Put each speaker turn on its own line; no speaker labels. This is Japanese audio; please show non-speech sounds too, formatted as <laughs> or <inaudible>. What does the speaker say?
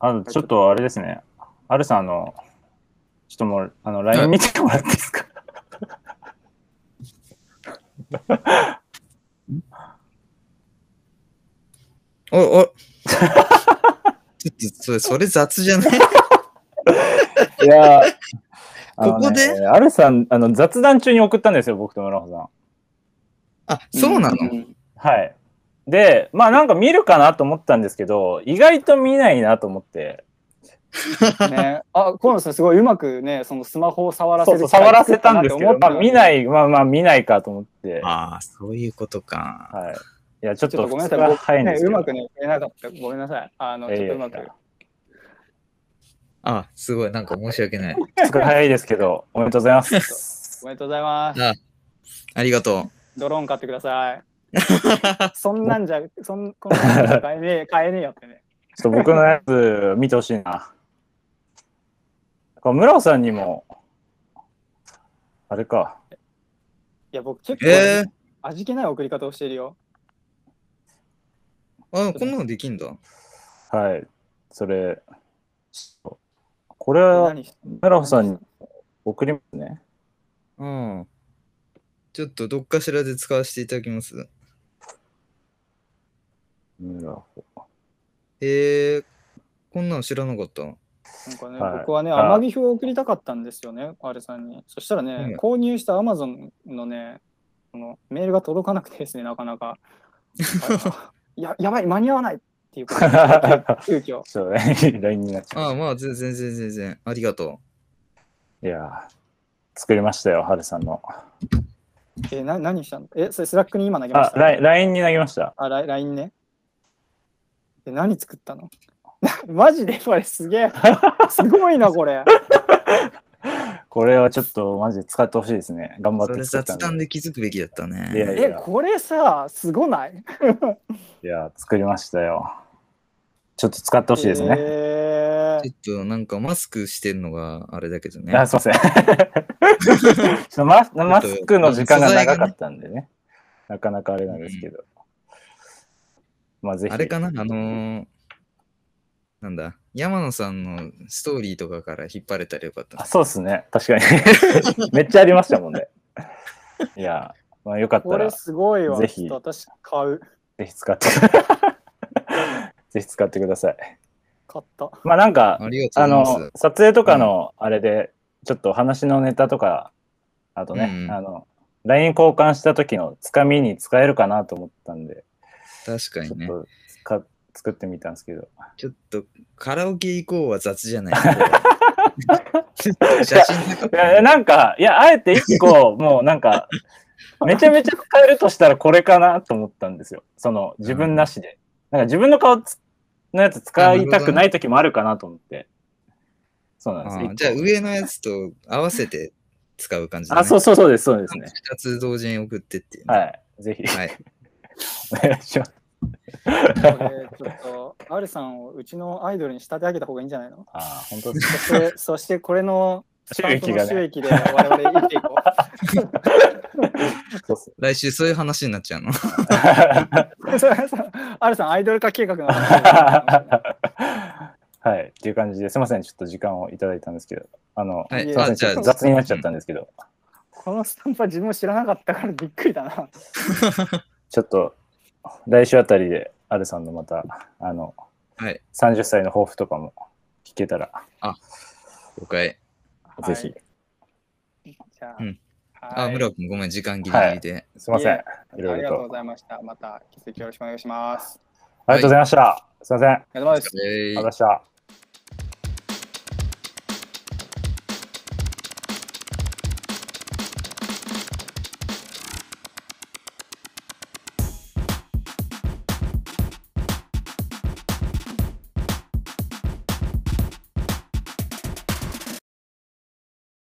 あちょっとあれですね。アルさん、あの、ちょっともう、あの、LINE 見てもらっていいですか
お、お。
<laughs>
ちょっとそれ、それ雑じゃない
い
<laughs>
<laughs>
やー、あ
こ
の
こ
ね
で
アルさん、あの、雑談中に送ったんですよ、僕と村穂さん。
あ、そうなの、
ん
はい。で、まあなんか見るかなと思ったんですけど、意外と見ないなと思って、
ね、あ、河野さんすごいうまくね、そのスマホを触らせ
そ
る
うそう、触らせたんですけど、まあ見
い。
ない、まあまあ見ないかと思って、は
ああ、そういうことか。
い。いや、ちょっ
ちょっと
と
ごめんな
普
さい、
通は
僕
早いん
ね
です、け
う
ど、
まくね、言えなかった。ごめんなさい。あの、
いや
ち
い
ょっ
や
とうまく。
あすごい、なんか申し訳ない。
普通は早いですけど、おめでとうございます
お。めでとうございます。
ありがと
ドローン買ってください。
<laughs>
う。
そんなんじゃ、そん、こんなんじゃ買えねえ、買えねえよってね。
ちょっと僕のやつ見てほしいな。これ村尾さんにも、あれか、
いや、僕結構、
えー、
味気ない送り方をしてるよ。
あこんなのできんだ。
はい、それ、ちょっとこれは
何し
村尾さんに送りますね。
うん。ちょっとどっかしらで使わせていただきます。
村尾
へえこんなの知らなかった。
なんかね、
はい
僕はね、
あ
天城表を送りたかったんですよね、あれさんに。そしたらね、
うん
購入した Amazon のね、このメールが届かなくてですね、なかな
<laughs>
か。あのややばい、間に合わないっていうことで
<laughs>
急遽。
ちょっと LINE になっちゃ
あ
う
あ、まあ、全然全然全然。ありがと
いやー、作りましたよ、ハルさんの。
えな、何したのえ、それスラックに今投げまし
あ、
た。
ライン LINE に投げました。
あ、ライ LINE ね。え、何作ったの <laughs> マジでこれす
<laughs>
げえ。すごいな、これ。
これはちょっとマジで使ってほしいですね。頑張
う。
っ
そ
て
れ
作ったん
雑
で。
談で気づくべきだったね。
いやい
え、これさ、すごない
いやー、作りましたよ。ちょっと使ってほしいですね。
えー
ちょっとなんかマスクしてんのがあれだけどね。
あ、すいません。 <laughs> ちょっとマスマスクの時間が長かったんでね。なかなかあれなんですけど。まあ、ぜひ。
あれかなあのーなんだ山野さんのストーリーとかから引っ張れたらよかった
あ
な。
そうですね。確かに。 <laughs> めっちゃありましたもん
<laughs>
ね。いやー、まあ、よかった
こ
ら、
れ
ぜ
すごいわ。
ぜひ
ちょっと私買う。
ひ使って、 <laughs> ぜひ使ってください。
買った。
まあ、なんか、
ありがと
あ
うございま
の、撮影とかのあれで、ちょっと話のネタとか、あとね、
うんうん
あの、LINE 交換した時のつかみに使えるかなと思ったんで、
す。確
ち
か
ょ
に
っ
ね。
とか作ってみたんですけど。
ちょっとカラオケ行こうは雑じゃ
<laughs>
ない。写真なかっ
い
た
や、
ね。
なんか、いや、あえて一 <laughs> 個、もうなんか、めちゃめちゃ使えるとしたらこれかなと思ったんですよ。その、自分なしで。なんか自分の顔つのやつ使いたくない時もあるかなと思って。そうなんです
あー
一
じゃあ
個
上のやつと合わせて使う感じだ、ね。
あ、そうそうそうです、そうですね。
2つ同時に送ってっていうね、
はい。ぜひ、
はい。
お願いします。
これちょっと、アルさんをうちのアイドルに仕立て上げた方がいいんじゃないの
あー、本当 <laughs> です
そして、そしてこれの
収益がね
スタンプの収益で我々生きていこ
かそうっす
来週そういう話になっちゃうの。
うそうそう。アルさん、アイドル化計画の話。
<laughs> はい、っていう感じですいません、ちょっと時間をいただいたんですけど、あの、
はいい。
え
すいませ
あ、
ん、
じ
ち
ゃ
ょ
あ
っと雑になっちゃったんですけど、
このスタンプは自分も知らなかったからびっくりだな。
ちょっと来週あたりで、アルさんのまた、あの、
はい。
30歳の抱負とかも聞けたら、
了解。
ぜひ、
じゃあ、
うん
は
あ、
い
村君ごめん、時間ギリギリで。
すいません、
い
いろ
あ
い
り
ろ
が
と
とう。ございました。また、引き続きよろしくお願いします。
ありがとうございました。すいません、ありがと
ありがとうございます。
お疲れ
うございました。